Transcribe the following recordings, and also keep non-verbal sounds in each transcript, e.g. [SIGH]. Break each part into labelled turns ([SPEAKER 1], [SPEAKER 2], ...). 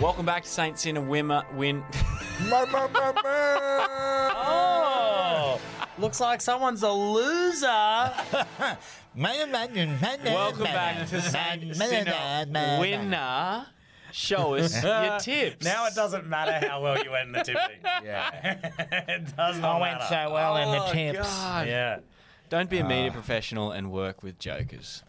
[SPEAKER 1] Welcome back to Saints in a Wimmer Win.
[SPEAKER 2] Oh, looks like someone's a loser.
[SPEAKER 1] Welcome
[SPEAKER 3] Welcome
[SPEAKER 1] back to Saints in a [LAUGHS] Winner. Show
[SPEAKER 2] [LAUGHS]
[SPEAKER 1] us your tips.
[SPEAKER 4] Now it doesn't matter how well you went in
[SPEAKER 1] [LAUGHS]
[SPEAKER 4] the tipping.
[SPEAKER 3] Yeah.
[SPEAKER 4] [LAUGHS] it does not
[SPEAKER 3] I went
[SPEAKER 4] matter.
[SPEAKER 3] so well in the
[SPEAKER 1] Oh,
[SPEAKER 3] tips.
[SPEAKER 1] God.
[SPEAKER 4] Yeah.
[SPEAKER 1] Don't be a media professional and work with jokers.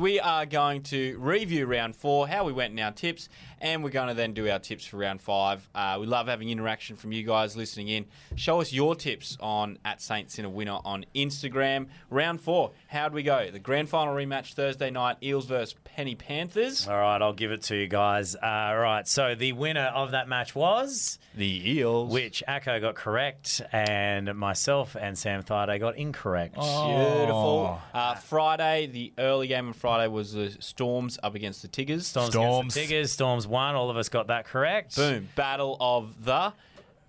[SPEAKER 1] we are going to review round four, how we went in our tips, and we're going to then do our tips for round five. Uh, we love having interaction from you guys listening in. Show us your tips on at Saints in a Winner on Instagram. Round four, how'd we go? The grand final rematch Thursday night, Eels versus Penny Panthers.
[SPEAKER 4] All right, I'll give it to you guys. Uh, all right, so the winner of that match was,
[SPEAKER 1] The Eels.
[SPEAKER 4] which Akko got correct, and myself and Sam Thaiday got incorrect.
[SPEAKER 3] Oh.
[SPEAKER 1] Beautiful. Uh, Friday, the early game on Friday was the Storms up against the Tigers.
[SPEAKER 4] Storms,
[SPEAKER 3] Storms.
[SPEAKER 4] Storms. The Tigers, Storms won. All of us got that correct.
[SPEAKER 1] Boom. Battle of the.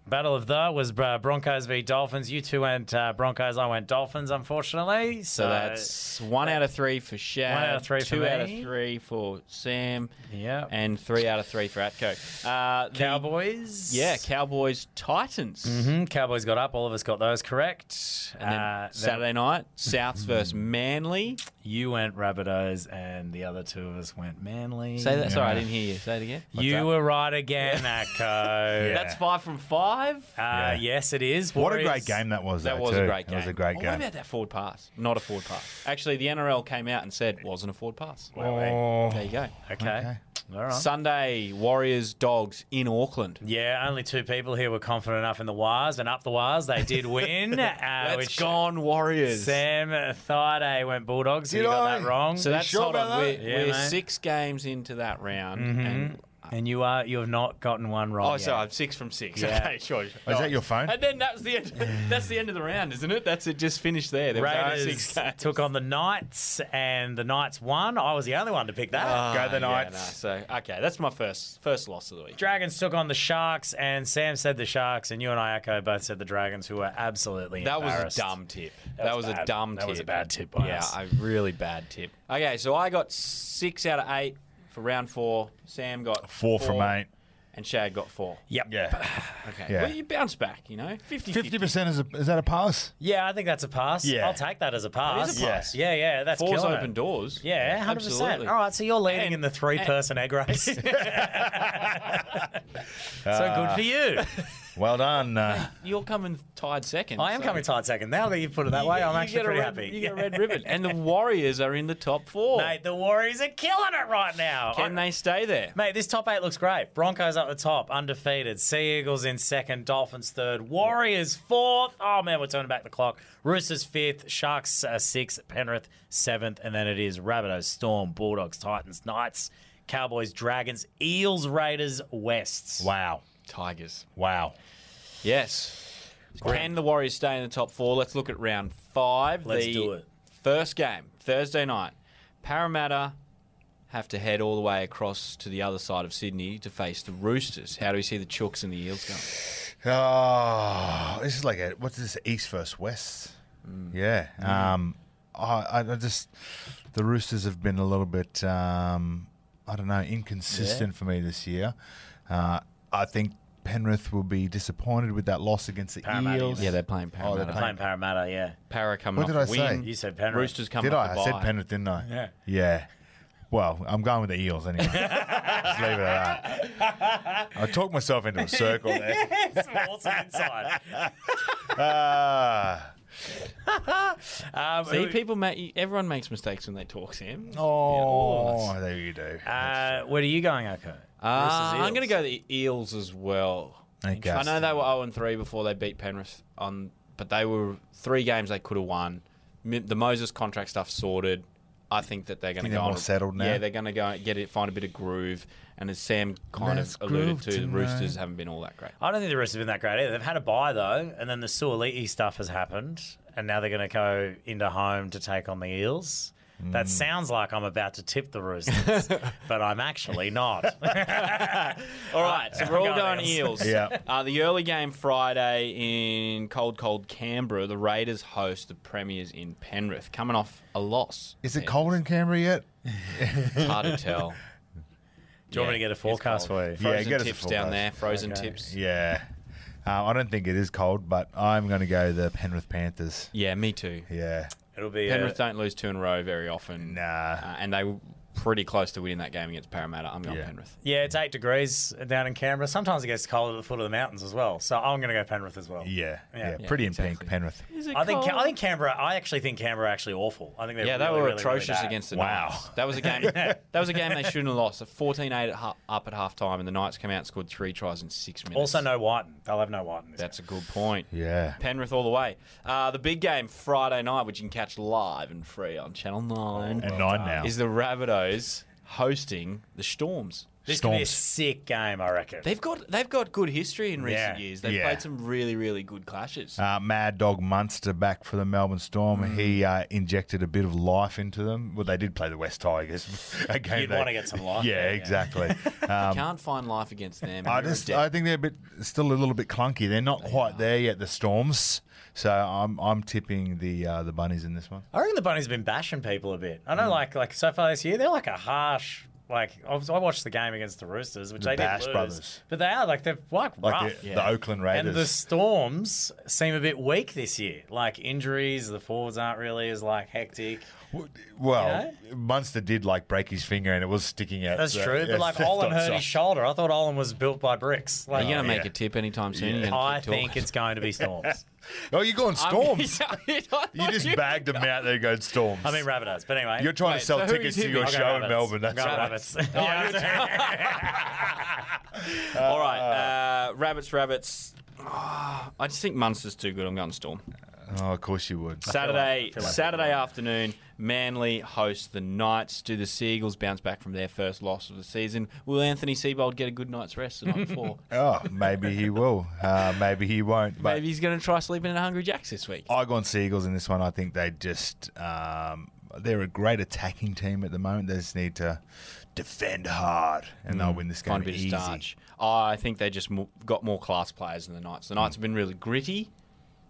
[SPEAKER 4] Battle of the was uh, Broncos v Dolphins. You two went uh, Broncos. I went Dolphins. Unfortunately, so,
[SPEAKER 1] So that's one out of three for Shad.
[SPEAKER 4] Uh, One out of three for
[SPEAKER 1] Two out of
[SPEAKER 4] me.
[SPEAKER 1] three for Sam.
[SPEAKER 4] Yep.
[SPEAKER 1] And three out of three for Atco. Uh, the-
[SPEAKER 4] Cowboys.
[SPEAKER 1] yeah, Cowboys Titans.
[SPEAKER 4] hmm Cowboys got up. All of us got those correct.
[SPEAKER 1] And then
[SPEAKER 4] Uh,
[SPEAKER 1] Saturday night, Souths versus Manly.
[SPEAKER 4] you went Rabbitohs, and the other two of us went Manly.
[SPEAKER 1] Say that. Sorry, I didn't hear you. Say it again.
[SPEAKER 4] You were right
[SPEAKER 1] [LAUGHS]
[SPEAKER 4] again, Akko.
[SPEAKER 1] That's five from five.
[SPEAKER 4] Uh,
[SPEAKER 3] Yeah.
[SPEAKER 4] Yes, it is.
[SPEAKER 3] What a
[SPEAKER 4] Warriors-
[SPEAKER 3] great game that was.
[SPEAKER 1] That
[SPEAKER 3] though,
[SPEAKER 1] was
[SPEAKER 3] too.
[SPEAKER 1] a great game.
[SPEAKER 3] It was a great
[SPEAKER 1] Oh, What
[SPEAKER 3] game.
[SPEAKER 1] about that forward pass? Not a forward pass. Actually, the NRL came out and said wasn't a forward pass.
[SPEAKER 3] Oh.
[SPEAKER 1] There you go.
[SPEAKER 4] Okay. All right.
[SPEAKER 1] Sunday, Warriors Dogs in Auckland.
[SPEAKER 4] yeah, only two people here were confident enough in the Wars and up the Wars.
[SPEAKER 1] [LAUGHS]
[SPEAKER 4] They did win. uh,
[SPEAKER 1] Let's
[SPEAKER 4] which
[SPEAKER 1] gone Warriors.
[SPEAKER 4] Sam Thaiday went Bulldogs. You
[SPEAKER 3] Did
[SPEAKER 4] got
[SPEAKER 3] I?
[SPEAKER 4] that wrong.
[SPEAKER 1] So that's
[SPEAKER 3] sure
[SPEAKER 1] hold on.
[SPEAKER 3] about
[SPEAKER 1] We're,
[SPEAKER 3] that?
[SPEAKER 4] Yeah,
[SPEAKER 1] we're
[SPEAKER 4] mate.
[SPEAKER 1] six games into that round.
[SPEAKER 3] Mm-hmm.
[SPEAKER 1] And,
[SPEAKER 4] and you are you have not gotten one wrong.
[SPEAKER 1] oh,
[SPEAKER 4] yet.
[SPEAKER 1] sorry, I'm six from six.
[SPEAKER 4] Yeah.
[SPEAKER 1] Okay, sure.
[SPEAKER 3] Oh, is that your phone?
[SPEAKER 1] And then that's the end. [LAUGHS] That's the end of the round, isn't it? That's it. Just finished there. There was only six
[SPEAKER 4] Raiders
[SPEAKER 1] games.
[SPEAKER 4] [LAUGHS] took on the Knights, and the Knights won. I was the only one to pick that.
[SPEAKER 1] Ah,
[SPEAKER 3] Go the
[SPEAKER 1] yeah,
[SPEAKER 3] Knights.
[SPEAKER 1] no, so okay, that's my first first loss of the week.
[SPEAKER 4] Dragons took on the Sharks, and Sam said the Sharks, and you and I, Echo, both said the Dragons, who were absolutely
[SPEAKER 1] That was a
[SPEAKER 4] embarrassed.
[SPEAKER 1] dumb tip. That,
[SPEAKER 4] was
[SPEAKER 1] was, a
[SPEAKER 4] bad.
[SPEAKER 1] dumb tip.
[SPEAKER 4] That was a bad tip by
[SPEAKER 1] yeah,
[SPEAKER 4] us.
[SPEAKER 1] a really bad tip. Okay, so I got six out of eight for round four. Sam got
[SPEAKER 3] Four from eight.
[SPEAKER 1] and Shad got four.
[SPEAKER 4] Yep.
[SPEAKER 1] [LAUGHS]
[SPEAKER 3] Yeah.
[SPEAKER 1] Okay,
[SPEAKER 3] Yeah.
[SPEAKER 1] well you bounce back, you know, 50
[SPEAKER 3] Fifty percent is a, is that a pass?
[SPEAKER 4] Yeah, I think that's a pass.
[SPEAKER 3] Yeah.
[SPEAKER 4] I'll take that as a pass.
[SPEAKER 1] That is a pass.
[SPEAKER 4] Yeah, yeah, yeah that's
[SPEAKER 1] Four's
[SPEAKER 4] killing
[SPEAKER 1] open
[SPEAKER 4] it.
[SPEAKER 1] doors.
[SPEAKER 4] Yeah, hundred percent. All right, so you're leading
[SPEAKER 1] And-
[SPEAKER 4] in the three-person egg
[SPEAKER 1] [LAUGHS]
[SPEAKER 4] race. [LAUGHS] so good
[SPEAKER 1] [LAUGHS]
[SPEAKER 4] for you.
[SPEAKER 3] Uh, Well done. Uh,
[SPEAKER 1] You're coming tied second.
[SPEAKER 4] I am
[SPEAKER 1] so-
[SPEAKER 4] coming tight second. Now that you put it that
[SPEAKER 1] You
[SPEAKER 4] way,
[SPEAKER 1] get-
[SPEAKER 4] I'm
[SPEAKER 1] you
[SPEAKER 4] actually
[SPEAKER 1] get a
[SPEAKER 4] pretty
[SPEAKER 1] red-
[SPEAKER 4] happy.
[SPEAKER 1] You get a red ribbon. And
[SPEAKER 4] [LAUGHS]
[SPEAKER 1] the Warriors are in the top four.
[SPEAKER 4] Mate, the Warriors are killing it right now.
[SPEAKER 1] Can they stay there?
[SPEAKER 4] Mate, this top eight looks great. Broncos up the top, undefeated. Sea Eagles in second, Dolphins third, Warriors fourth. Oh man, we're turning back the clock. Roosters fifth, Sharks uh, sixth, Penrith seventh, and then it is Rabbitohs, Storm, Bulldogs, Titans, Knights, Cowboys, Dragons, Eels, Raiders, Wests.
[SPEAKER 3] wow.
[SPEAKER 1] Tigers.
[SPEAKER 3] Wow.
[SPEAKER 1] Yes. Can the Warriors stay in the top four? Let's look at round five.
[SPEAKER 4] Let's
[SPEAKER 1] the
[SPEAKER 4] do it.
[SPEAKER 1] First game, Thursday night. Parramatta have to head all the way across to the other side of Sydney to face the Roosters. How do we see the Chooks and the Eels going?
[SPEAKER 3] Oh, this is like a what's this East versus West?
[SPEAKER 1] Mm.
[SPEAKER 3] Yeah. Um, I, I- I just the Roosters have been a little bit um, I don't know inconsistent for me this year. Uh, I think Penrith will be disappointed with that loss against the
[SPEAKER 4] Parramatta,
[SPEAKER 3] Eels.
[SPEAKER 1] Yeah, they're playing
[SPEAKER 3] Oh,
[SPEAKER 1] Parramatta.
[SPEAKER 3] they're
[SPEAKER 1] Parra
[SPEAKER 4] Playing Parramatta, yeah.
[SPEAKER 1] coming
[SPEAKER 3] What
[SPEAKER 1] off
[SPEAKER 3] did I
[SPEAKER 1] a win.
[SPEAKER 3] say?
[SPEAKER 4] You said Penrith. [LAUGHS]
[SPEAKER 1] Roosters coming
[SPEAKER 3] Did
[SPEAKER 1] off a
[SPEAKER 3] I? I
[SPEAKER 1] bye.
[SPEAKER 3] said Penrith, didn't I?
[SPEAKER 4] Yeah.
[SPEAKER 3] Yeah. Well, I'm going with the Eels
[SPEAKER 1] [LAUGHS]
[SPEAKER 3] anyway. just leave it at that. I talked myself into a circle
[SPEAKER 1] [LAUGHS]
[SPEAKER 3] there.
[SPEAKER 4] Awesome inside.
[SPEAKER 3] Ah.
[SPEAKER 4] Um,
[SPEAKER 1] See,
[SPEAKER 4] who-
[SPEAKER 1] people make everyone makes mistakes when they talk, Sam.
[SPEAKER 3] oh, there you do.
[SPEAKER 4] uh, where are you going, Akko?
[SPEAKER 1] Uh,
[SPEAKER 4] Roosters,
[SPEAKER 1] I'm going to
[SPEAKER 4] Eels.
[SPEAKER 1] go the Eels as well.
[SPEAKER 3] Okay.
[SPEAKER 1] Uh, I know they were 0 and 3 before they beat Penrith on, but they were three games they could have won. Mi- The Moses contract stuff sorted. I think that they're going to
[SPEAKER 3] Think
[SPEAKER 1] go
[SPEAKER 3] they're more
[SPEAKER 1] on-
[SPEAKER 3] settled now?
[SPEAKER 1] Yeah, they're going to go and get it, find a bit of groove. And as Sam kind
[SPEAKER 3] Let's
[SPEAKER 1] of alluded
[SPEAKER 3] groove
[SPEAKER 1] to, the
[SPEAKER 3] tonight.
[SPEAKER 1] Roosters haven't been all that great.
[SPEAKER 4] I don't think the rest have been that great either. They've had a bye though, and then the Suoliti stuff has happened, and now they're going to go into home to take on the Eels.
[SPEAKER 1] Hmm.
[SPEAKER 4] That sounds like I'm about to tip
[SPEAKER 1] [LAUGHS]
[SPEAKER 4] the Roosters, but I'm actually not.
[SPEAKER 1] All right, so we're all
[SPEAKER 4] Go
[SPEAKER 1] going
[SPEAKER 4] Eels.
[SPEAKER 1] Eels.
[SPEAKER 3] Yeah.
[SPEAKER 1] Uh, the early game Friday in cold, cold Canberra, the Raiders host the Premiers in Penrith, coming off a loss.
[SPEAKER 3] Is it cold in Canberra yet?
[SPEAKER 1] It's hard to tell.
[SPEAKER 4] [LAUGHS] Do you want me to get a forecast for you?
[SPEAKER 1] Frozen
[SPEAKER 3] get us a
[SPEAKER 1] tips down
[SPEAKER 3] forecast.
[SPEAKER 1] there. Frozen
[SPEAKER 4] Okay.
[SPEAKER 1] tips.
[SPEAKER 3] Yeah. Uh, I don't think it is cold, but I'm going to go the Penrith Panthers.
[SPEAKER 1] Yeah, me too.
[SPEAKER 3] Yeah.
[SPEAKER 4] It'll be uh, a,
[SPEAKER 1] Penrith don't lose two in a row very often.
[SPEAKER 3] Nah.
[SPEAKER 1] Uh, and they were pretty close to winning that game against Parramatta. I'm going
[SPEAKER 3] Yeah.
[SPEAKER 1] Penrith.
[SPEAKER 4] yeah, it's eight degrees down in Canberra. Sometimes it gets cold at the foot of the mountains as well. So I'm going to go Penrith as well.
[SPEAKER 3] Yeah.
[SPEAKER 4] Yeah.
[SPEAKER 3] Yeah.
[SPEAKER 1] Yeah,
[SPEAKER 3] Pretty in
[SPEAKER 1] exactly.
[SPEAKER 3] pink, Penrith.
[SPEAKER 4] I think I think Canberra. I actually think Canberra are actually awful. I think they
[SPEAKER 1] Yeah, they
[SPEAKER 4] really,
[SPEAKER 1] were
[SPEAKER 4] really, really
[SPEAKER 1] atrocious
[SPEAKER 4] bad.
[SPEAKER 1] against the
[SPEAKER 3] Wow.
[SPEAKER 1] Knights. That was a game. That was a game they shouldn't have lost. A 14-8 at ha- up at halftime, and the Knights come out and scored three tries in six minutes.
[SPEAKER 4] Also, no Whiten. They'll have no Whiten. This
[SPEAKER 1] That's a good point.
[SPEAKER 3] Yeah.
[SPEAKER 1] Penrith all the way. Uh, the big game Friday night, which you can catch live and free on Channel 9,
[SPEAKER 3] And nine now.
[SPEAKER 1] is the Rabbitohs hosting the Storms.
[SPEAKER 4] this could be a
[SPEAKER 3] Storms.
[SPEAKER 4] sick game, I reckon.
[SPEAKER 1] They've got they've got good history in recent
[SPEAKER 4] Yeah.
[SPEAKER 1] years. They've
[SPEAKER 3] Yeah.
[SPEAKER 1] played some really really good clashes.
[SPEAKER 3] Uh, Mad Dog Munster back for the Melbourne Storm. He uh, injected a bit of life into them. Well, they did play the West Tigers. [LAUGHS] a game
[SPEAKER 4] You'd
[SPEAKER 3] they-
[SPEAKER 4] want to get some life.
[SPEAKER 3] Yeah,
[SPEAKER 4] there, [LAUGHS]
[SPEAKER 3] exactly.
[SPEAKER 1] You
[SPEAKER 3] Um,
[SPEAKER 1] Can't find life against them.
[SPEAKER 3] I
[SPEAKER 1] They're a
[SPEAKER 3] just,
[SPEAKER 1] depth.
[SPEAKER 3] I think they're a bit, still a little bit clunky. They're not quite there yet. The Storms. So I'm, I'm tipping the uh, the bunnies in this one.
[SPEAKER 4] I reckon the bunnies have been bashing people a bit. I
[SPEAKER 3] Hmm.
[SPEAKER 4] know, like, like so far this year, they're like a harsh. Like I was- I watched the game against the Roosters, which
[SPEAKER 3] The
[SPEAKER 4] they
[SPEAKER 3] Bash
[SPEAKER 4] did lose,
[SPEAKER 3] brothers.
[SPEAKER 4] but they are like they're like, rough.
[SPEAKER 3] Like the, the Oakland Raiders.
[SPEAKER 4] And the storms seem a bit weak this year. Like injuries, the forwards aren't really as like hectic.
[SPEAKER 3] W- Well, Munster did like break his finger and it was sticking out.
[SPEAKER 4] That's
[SPEAKER 3] so-
[SPEAKER 4] true.
[SPEAKER 3] yeah,
[SPEAKER 4] But like
[SPEAKER 3] [LAUGHS] it's
[SPEAKER 4] Olin
[SPEAKER 3] not
[SPEAKER 4] hurt his
[SPEAKER 3] soft.
[SPEAKER 4] shoulder. I thought Olin was built by bricks.
[SPEAKER 1] Are you
[SPEAKER 4] Like
[SPEAKER 1] going to make
[SPEAKER 3] yeah.
[SPEAKER 1] a tip anytime soon? You're gonna
[SPEAKER 4] I
[SPEAKER 1] keep talking?
[SPEAKER 4] think it's going to be storms.
[SPEAKER 3] [LAUGHS] Oh, you're
[SPEAKER 1] Um,
[SPEAKER 3] going
[SPEAKER 1] [LAUGHS]
[SPEAKER 3] Storms.
[SPEAKER 1] I'm- [LAUGHS] I thought
[SPEAKER 3] [LAUGHS]
[SPEAKER 1] [LAUGHS]
[SPEAKER 3] you just bagged them out there going Storms.
[SPEAKER 4] I mean Rabbitohs, but anyway.
[SPEAKER 3] you're
[SPEAKER 4] [LAUGHS]
[SPEAKER 3] trying
[SPEAKER 1] Wait,
[SPEAKER 3] to sell
[SPEAKER 1] so who are you
[SPEAKER 3] tickets to
[SPEAKER 1] tipping?
[SPEAKER 3] your
[SPEAKER 4] I'll go
[SPEAKER 3] show in
[SPEAKER 4] Rabbitohs.
[SPEAKER 3] Melbourne. That's
[SPEAKER 4] I'll go
[SPEAKER 3] right.
[SPEAKER 4] Rabbits.
[SPEAKER 1] All right, uh, rabbits, rabbits. Ah, I just think Munster's too good. I'm going Storm.
[SPEAKER 3] Oh, of course you would.
[SPEAKER 1] Saturday,
[SPEAKER 4] I feel like-
[SPEAKER 1] Saturday afternoon, Manly hosts the Knights. Do the Seagulls bounce back from their first loss of the season? Will Anthony Seabold get a good night's rest the night before?
[SPEAKER 3] Oh, maybe he will. Uh, maybe he won't. [LAUGHS] But
[SPEAKER 1] Maybe he's going to try sleeping at Hungry Jack's this week.
[SPEAKER 3] I gone Seagulls in this one. I think they just um, they're a great attacking team at the moment. They just need to defend hard, and they'll win this game
[SPEAKER 1] Mm. Find a bit
[SPEAKER 3] easy.
[SPEAKER 1] of starch. I think they just mo- got more class players than the Knights. The Knights have been really gritty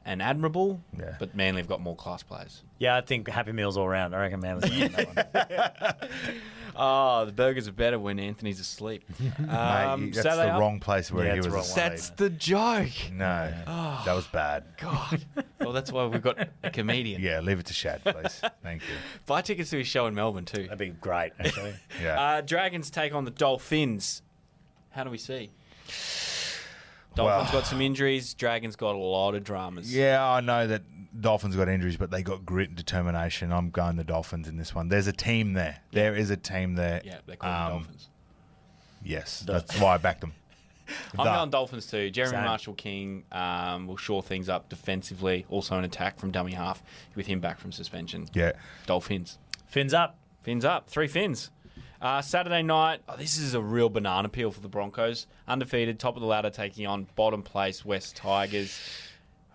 [SPEAKER 1] and admirable,
[SPEAKER 3] Yeah.
[SPEAKER 1] but Manly have got more class players.
[SPEAKER 4] [LAUGHS] yeah, I think Happy Meals all round. I reckon
[SPEAKER 3] [LAUGHS]
[SPEAKER 4] Manly's going to win that one.
[SPEAKER 1] Oh, the burgers are better when Anthony's asleep. Um,
[SPEAKER 3] [LAUGHS] Mate, that's
[SPEAKER 1] Saturday
[SPEAKER 3] the
[SPEAKER 1] after-
[SPEAKER 3] wrong place where
[SPEAKER 4] Yeah,
[SPEAKER 3] he
[SPEAKER 4] it's
[SPEAKER 3] was.
[SPEAKER 4] the wrong
[SPEAKER 3] asleep.
[SPEAKER 4] one.
[SPEAKER 1] That's the joke.
[SPEAKER 3] No, that was bad.
[SPEAKER 1] God. [LAUGHS] Well, that's why we've got a comedian.
[SPEAKER 3] Yeah, leave it to Shad,
[SPEAKER 1] [LAUGHS]
[SPEAKER 3] please. Thank you.
[SPEAKER 1] Buy tickets to his show in Melbourne, too.
[SPEAKER 4] That'd be great, actually.
[SPEAKER 3] Yeah.
[SPEAKER 1] Uh, Dragons take on the Dolphins. How do we see? Dolphins
[SPEAKER 3] Well-
[SPEAKER 1] got some injuries. Dragons got a lot of dramas.
[SPEAKER 3] yeah, I know that Dolphins got injuries, but they got grit and determination. I'm going the Dolphins in this one. There's a team there. There is a team there.
[SPEAKER 1] Yeah, they're called
[SPEAKER 3] Um,
[SPEAKER 1] the Dolphins.
[SPEAKER 3] Yes, that's why I backed them.
[SPEAKER 1] [LAUGHS] I'm
[SPEAKER 3] the-
[SPEAKER 1] going Dolphins too. Jeremy
[SPEAKER 4] Same.
[SPEAKER 1] Marshall King um, will shore things up defensively. Also an attack from dummy half with him back from suspension.
[SPEAKER 3] Yeah.
[SPEAKER 1] Dolphins.
[SPEAKER 4] [LAUGHS] Fins up.
[SPEAKER 1] Fins up. Three fins. Uh, Saturday night, oh, this is a real banana peel for the Broncos. Undefeated, top of the ladder, taking on bottom place West Tigers.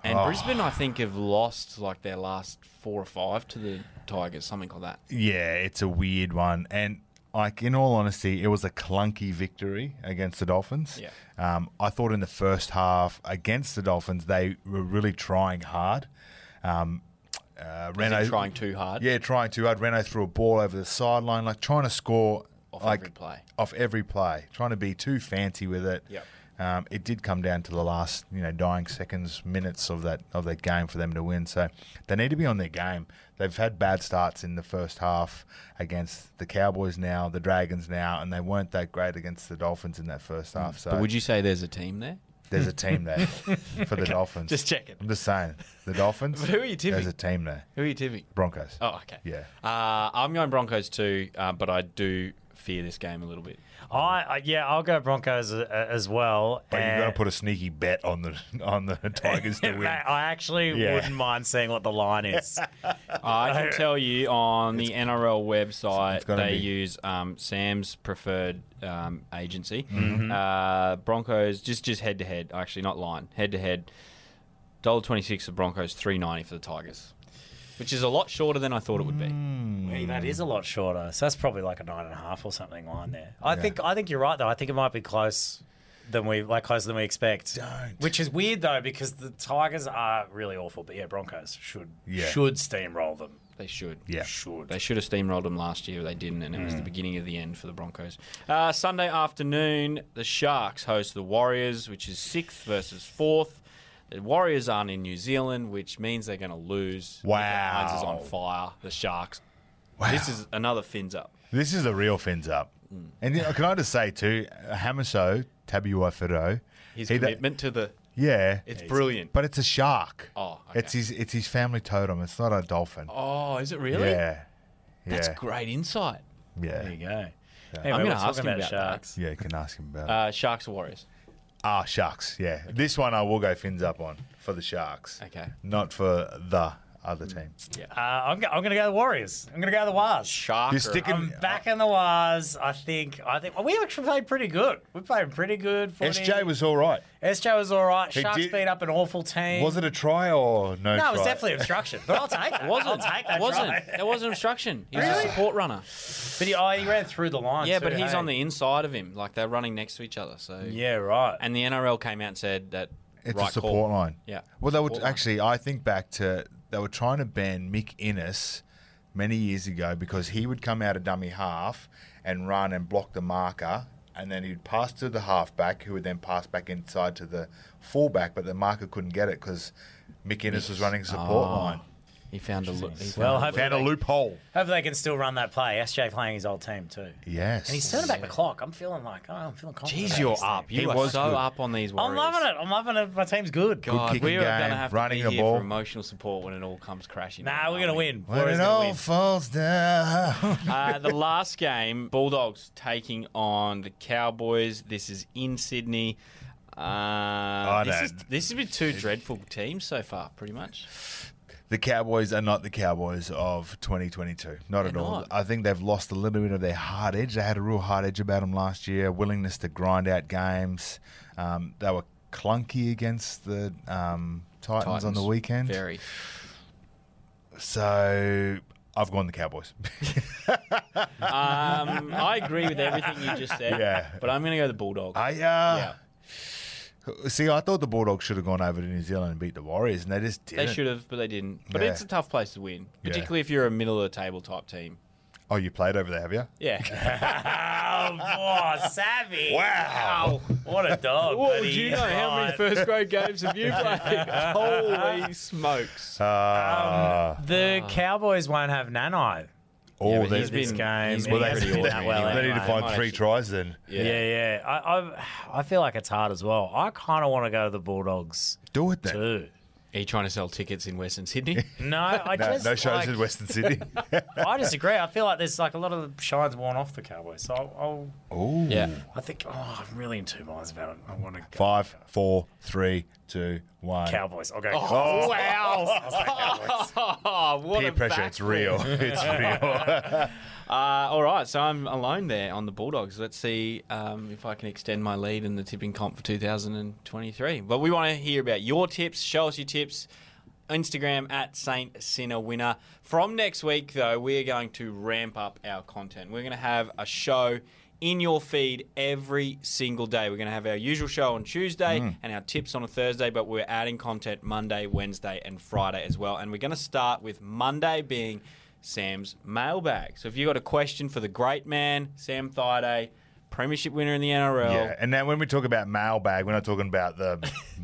[SPEAKER 1] And
[SPEAKER 3] Oh.
[SPEAKER 1] Brisbane, I think, have lost like their last four or five to the Tigers, something like that.
[SPEAKER 3] Yeah, it's a weird one. And like in all honesty, it was a clunky victory against the Dolphins.
[SPEAKER 1] Yeah.
[SPEAKER 3] Um, I thought in the first half against the Dolphins, they were really trying hard. Um, uh,
[SPEAKER 1] Is
[SPEAKER 3] Renault
[SPEAKER 1] it trying too hard.
[SPEAKER 3] Yeah, trying too hard. Renault threw a ball over the sideline, like trying to score
[SPEAKER 1] Off
[SPEAKER 3] like
[SPEAKER 1] every play.
[SPEAKER 3] off every play, trying to be too fancy with it.
[SPEAKER 1] Yep.
[SPEAKER 3] Um, it did come down to the last, you know, dying seconds, minutes of that of that game for them to win. So they need to be on their game. They've had bad starts in the first half against the Cowboys now, the Dragons now, and they weren't that great against the Dolphins in that first half. So
[SPEAKER 1] Mm. But would you say there's a team there?
[SPEAKER 3] there's a
[SPEAKER 1] [LAUGHS]
[SPEAKER 3] team there for the Dolphins.
[SPEAKER 1] Just checking.
[SPEAKER 3] I'm just saying the Dolphins.
[SPEAKER 1] [LAUGHS] But who are you tipping?
[SPEAKER 3] There's a team there.
[SPEAKER 1] Who are you tipping?
[SPEAKER 3] Broncos.
[SPEAKER 1] Oh, okay.
[SPEAKER 3] Yeah.
[SPEAKER 1] Uh, I'm going Broncos too, uh, but I do fear this game a little bit.
[SPEAKER 4] I, I yeah, I'll go Broncos uh, as well.
[SPEAKER 3] But you're
[SPEAKER 4] And-
[SPEAKER 3] going
[SPEAKER 4] [LAUGHS]
[SPEAKER 3] to put a sneaky bet on the
[SPEAKER 1] [LAUGHS]
[SPEAKER 3] on the Tigers to win.
[SPEAKER 4] Mate, I actually
[SPEAKER 3] Yeah.
[SPEAKER 4] wouldn't mind seeing what the line [LAUGHS] is.
[SPEAKER 1] I can tell you on the NRL website,
[SPEAKER 3] it's gotta
[SPEAKER 1] they
[SPEAKER 3] be.
[SPEAKER 1] use um, Sam's preferred um, agency.
[SPEAKER 3] Mm-hmm.
[SPEAKER 1] Uh, Broncos, just just head to head, actually not line, head to head. Dollar twenty six for Broncos, three ninety for the Tigers, which is a lot shorter than I thought it would be.
[SPEAKER 3] Mm. Hmm.
[SPEAKER 4] Hey, that is a lot shorter. So that's probably like a nine and a half or something line there. I think I think you're right though. I think it might be close than we like closer than we expect.
[SPEAKER 3] Don't.
[SPEAKER 4] Which is weird though because the Tigers are really awful. But yeah, Broncos should
[SPEAKER 3] Yeah.
[SPEAKER 4] should steamroll them.
[SPEAKER 1] They should.
[SPEAKER 3] Yeah.
[SPEAKER 1] Should. They should have steamrolled them last year, but they didn't, and it
[SPEAKER 3] Mm.
[SPEAKER 1] was the beginning of the end for the Broncos. Uh, Sunday afternoon, the Sharks host the Warriors, which is sixth versus fourth. The Warriors aren't in New Zealand, which means they're going to lose. Nico
[SPEAKER 3] Wow.
[SPEAKER 1] Hines is on fire. The Sharks.
[SPEAKER 3] Wow.
[SPEAKER 1] This is another fins up.
[SPEAKER 3] This is the real fins up.
[SPEAKER 1] Hmm.
[SPEAKER 3] And you know, can I just say too, Hamaso Tabu Waifero,
[SPEAKER 1] His
[SPEAKER 3] he-
[SPEAKER 1] commitment to the.
[SPEAKER 3] yeah,
[SPEAKER 1] It's brilliant.
[SPEAKER 3] but it's a shark.
[SPEAKER 1] Oh, okay.
[SPEAKER 3] it's his it's his family totem. It's not a dolphin.
[SPEAKER 1] Oh, is it really?
[SPEAKER 3] Yeah,
[SPEAKER 1] That's
[SPEAKER 3] yeah,
[SPEAKER 1] great insight.
[SPEAKER 3] yeah.
[SPEAKER 4] There you go.
[SPEAKER 1] I'm
[SPEAKER 4] Anyway,
[SPEAKER 1] going
[SPEAKER 4] we're
[SPEAKER 1] to ask
[SPEAKER 4] talking
[SPEAKER 1] him
[SPEAKER 4] about
[SPEAKER 1] about
[SPEAKER 4] sharks.
[SPEAKER 3] Yeah, you can ask him about
[SPEAKER 1] that.
[SPEAKER 3] it.
[SPEAKER 1] Uh, sharks or Warriors?
[SPEAKER 3] Ah, sharks. Yeah, this one I will go fins up on for the sharks.
[SPEAKER 1] Okay. Hmm.
[SPEAKER 3] not for the other team.
[SPEAKER 4] Uh, I'm, go- I'm going to go the Warriors. I'm going to go the Waz.
[SPEAKER 1] Shark.
[SPEAKER 3] You're
[SPEAKER 1] or-
[SPEAKER 3] sticking-
[SPEAKER 4] I'm back in the Waz. I think. I think we actually played pretty good. We played pretty good. Footy.
[SPEAKER 3] SJ was all right.
[SPEAKER 4] SJ was all right. Sharks
[SPEAKER 3] did-
[SPEAKER 4] beat up an awful team.
[SPEAKER 3] Was it a try or no?
[SPEAKER 4] No, it was
[SPEAKER 3] try?
[SPEAKER 4] definitely obstruction. But I'll take
[SPEAKER 1] [LAUGHS]
[SPEAKER 4] it.
[SPEAKER 1] It wasn't.
[SPEAKER 4] I'll take that
[SPEAKER 1] it wasn't.
[SPEAKER 4] try.
[SPEAKER 1] It wasn't obstruction. He was
[SPEAKER 4] Really?
[SPEAKER 1] a support runner.
[SPEAKER 4] But he, oh, he ran through the line.
[SPEAKER 1] Yeah,
[SPEAKER 4] too,
[SPEAKER 1] but he's
[SPEAKER 4] hey?
[SPEAKER 1] on the inside of him. Like they're running next to each other. So
[SPEAKER 4] Yeah, right.
[SPEAKER 1] And the NRL came out and said that
[SPEAKER 3] It's
[SPEAKER 1] right
[SPEAKER 3] a
[SPEAKER 1] call.
[SPEAKER 3] support line.
[SPEAKER 1] Yeah.
[SPEAKER 3] Well, they were
[SPEAKER 1] Support line.
[SPEAKER 3] actually. I think back to they were trying to ban Mick Innes many years ago because he would come out a dummy half and run and block the marker, and then he'd pass to the halfback, who would then pass back inside to the fullback, but the marker couldn't get it because Mick Innes was running support
[SPEAKER 1] Oh.
[SPEAKER 3] line.
[SPEAKER 1] He found a loop.
[SPEAKER 4] Well,
[SPEAKER 1] found a
[SPEAKER 4] hopefully
[SPEAKER 3] Found a
[SPEAKER 4] they,
[SPEAKER 3] loophole.
[SPEAKER 4] hopefully they can still run that play. SJ playing his old team too.
[SPEAKER 3] Yes.
[SPEAKER 4] And he's turning back the clock. I'm feeling like, oh, I'm feeling
[SPEAKER 1] Jeez,
[SPEAKER 4] confident. about
[SPEAKER 1] you're
[SPEAKER 4] this
[SPEAKER 1] up.
[SPEAKER 4] thing.
[SPEAKER 1] You
[SPEAKER 3] He
[SPEAKER 1] are
[SPEAKER 3] was
[SPEAKER 1] so
[SPEAKER 3] good.
[SPEAKER 1] up on these.
[SPEAKER 4] I'm
[SPEAKER 1] Warriors.
[SPEAKER 4] loving it. I'm loving it. My team's good.
[SPEAKER 1] God,
[SPEAKER 3] kicking
[SPEAKER 1] we are going
[SPEAKER 3] game,
[SPEAKER 1] to have
[SPEAKER 3] running
[SPEAKER 1] to
[SPEAKER 3] the
[SPEAKER 1] be here
[SPEAKER 3] ball.
[SPEAKER 1] for emotional support when it all comes crashing.
[SPEAKER 4] Nah,
[SPEAKER 1] down,
[SPEAKER 4] we're gonna
[SPEAKER 1] aren't we?
[SPEAKER 4] win.
[SPEAKER 3] when
[SPEAKER 4] Warriors
[SPEAKER 3] it
[SPEAKER 4] gonna
[SPEAKER 3] all
[SPEAKER 4] win.
[SPEAKER 3] falls down.
[SPEAKER 1] [LAUGHS] uh, the last game, Bulldogs taking on the Cowboys. This is in Sydney. Uh, this, is,
[SPEAKER 3] don't-
[SPEAKER 1] this has been two dreadful teams so far, pretty
[SPEAKER 3] [LAUGHS]
[SPEAKER 1] much.
[SPEAKER 3] the Cowboys are not the Cowboys of 2022. Not at
[SPEAKER 1] They're
[SPEAKER 3] all.
[SPEAKER 1] not.
[SPEAKER 3] I think they've lost a little bit of their hard edge. They had a real hard edge about them last year, willingness to grind out games. Um, they were clunky against the um, Titans, on the weekend.
[SPEAKER 1] Very.
[SPEAKER 3] So I've gone the Cowboys. [LAUGHS]
[SPEAKER 1] Um, I agree with everything you just said,
[SPEAKER 3] Yeah.
[SPEAKER 1] but I'm going to go the Bulldogs.
[SPEAKER 3] I, uh,
[SPEAKER 1] yeah.
[SPEAKER 3] See, I thought the Bulldogs should have gone over to New Zealand and beat the Warriors, and they just
[SPEAKER 1] They
[SPEAKER 3] didn't.
[SPEAKER 1] should have, but they didn't. But
[SPEAKER 3] Yeah.
[SPEAKER 1] it's a tough place to win,
[SPEAKER 3] Yeah.
[SPEAKER 1] particularly if you're a middle of the table type team.
[SPEAKER 3] Oh, you played over there, have
[SPEAKER 1] Um,
[SPEAKER 3] you?
[SPEAKER 1] Yeah. [LAUGHS]
[SPEAKER 4] Oh,
[SPEAKER 3] [LAUGHS]
[SPEAKER 4] boy, savvy.
[SPEAKER 3] Wow.
[SPEAKER 4] Ow, What a dog.
[SPEAKER 1] What
[SPEAKER 4] but
[SPEAKER 1] would you know?
[SPEAKER 4] he's
[SPEAKER 1] How many
[SPEAKER 4] right.
[SPEAKER 1] first grade games have you [LAUGHS] played? Holy smokes!
[SPEAKER 3] Uh,
[SPEAKER 4] The Cowboys won't have Nanai.
[SPEAKER 3] all
[SPEAKER 1] but
[SPEAKER 3] the-
[SPEAKER 1] he's
[SPEAKER 4] This
[SPEAKER 1] been-
[SPEAKER 4] game.
[SPEAKER 1] he's
[SPEAKER 3] Oh, well,
[SPEAKER 1] been
[SPEAKER 3] they,
[SPEAKER 1] pretty
[SPEAKER 3] [LAUGHS] they,
[SPEAKER 1] ordinary
[SPEAKER 4] that well
[SPEAKER 3] they need to
[SPEAKER 4] anyway.
[SPEAKER 3] find
[SPEAKER 1] Might
[SPEAKER 3] three
[SPEAKER 1] actually-
[SPEAKER 3] tries then.
[SPEAKER 4] Yeah, yeah. I, I, I feel like it's hard as well. I kind of want to go to the Bulldogs
[SPEAKER 3] Do it then.
[SPEAKER 4] too.
[SPEAKER 1] Are you trying to sell tickets in Western
[SPEAKER 3] [LAUGHS]
[SPEAKER 1] Sydney?
[SPEAKER 4] No, I
[SPEAKER 3] No,
[SPEAKER 4] just
[SPEAKER 3] no shows
[SPEAKER 4] like, [LAUGHS]
[SPEAKER 3] in Western Sydney.
[SPEAKER 4] I disagree. I feel like there's like a lot of the shine's worn off the Cowboys. So I'll, I'll
[SPEAKER 3] Ooh.
[SPEAKER 1] yeah.
[SPEAKER 4] I think oh, I'm really in two minds about it. I want to go
[SPEAKER 3] Five, four, three, two, one.
[SPEAKER 4] Cowboys. I'll go.
[SPEAKER 3] Oh.
[SPEAKER 4] Wow. I'll say Cowboys. [LAUGHS]
[SPEAKER 1] Oh, what
[SPEAKER 3] Peer
[SPEAKER 1] a
[SPEAKER 3] pressure, it's
[SPEAKER 1] backflip.
[SPEAKER 3] real. [LAUGHS] It's real.
[SPEAKER 1] Uh, all right, so I'm alone there on the Bulldogs. Let's see um, if I can extend my lead in the tipping comp for 2023. But we want to hear about your tips. Show us your tips. Instagram at Saint Sinner Winner. From next week, though, we're going to ramp up our content. We're going to have a show in your feed every single day. We're going to have our usual show on Tuesday and our tips on a Thursday, but we're adding content Monday, Wednesday, and Friday as well. And we're going to start with Monday being Sam's mailbag. So if you've got a question for the great man, Sam Thaiday, premiership winner in the NRL,
[SPEAKER 3] yeah. And now when we talk about mailbag, we're not talking about
[SPEAKER 1] [LAUGHS]
[SPEAKER 3] the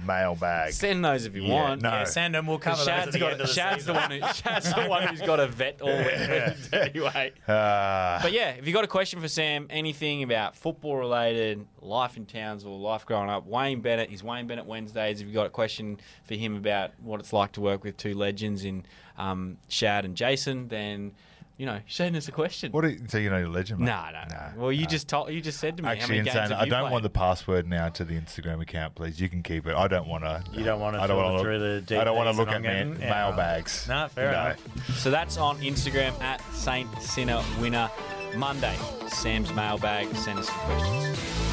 [SPEAKER 3] mailbag.
[SPEAKER 1] send those if you
[SPEAKER 3] Yeah,
[SPEAKER 1] want.
[SPEAKER 3] no.
[SPEAKER 4] Yeah, Sandon will cover those at
[SPEAKER 1] Shad's,
[SPEAKER 4] the
[SPEAKER 1] got,
[SPEAKER 4] end of the
[SPEAKER 1] Shad's the
[SPEAKER 4] season.
[SPEAKER 1] one who, [LAUGHS] Shad's the one who's got a vet all weekend [LAUGHS] anyway.
[SPEAKER 3] Uh,
[SPEAKER 1] But yeah, if you got a question for Sam, anything about football related, life in Townsville, life growing up, Wayne Bennett, is Wayne Bennett Wednesdays. If you got a question for him about what it's like to work with two legends in um, Shad and Jason, then you know, send us a question.
[SPEAKER 3] what do you, so you know your legend? mate?
[SPEAKER 1] No, no, no. Well, you just told you just said to me
[SPEAKER 3] Actually,
[SPEAKER 1] how many games
[SPEAKER 3] insane.
[SPEAKER 1] have
[SPEAKER 3] I
[SPEAKER 1] you
[SPEAKER 3] don't
[SPEAKER 1] played?
[SPEAKER 3] want the password now to the Instagram account, please. You can keep it. I don't want to.
[SPEAKER 4] You don't wanna
[SPEAKER 3] I don't
[SPEAKER 4] filter
[SPEAKER 3] wanna look-
[SPEAKER 4] through the deep
[SPEAKER 3] I don't want
[SPEAKER 4] things
[SPEAKER 3] to look
[SPEAKER 4] that
[SPEAKER 3] at
[SPEAKER 4] I'm
[SPEAKER 3] man,
[SPEAKER 4] getting. Yeah.
[SPEAKER 3] mailbags.
[SPEAKER 4] No, fair enough.
[SPEAKER 1] So that's on Instagram at Saint Sinner Winner. Monday, Sam's mailbag. Send us some questions.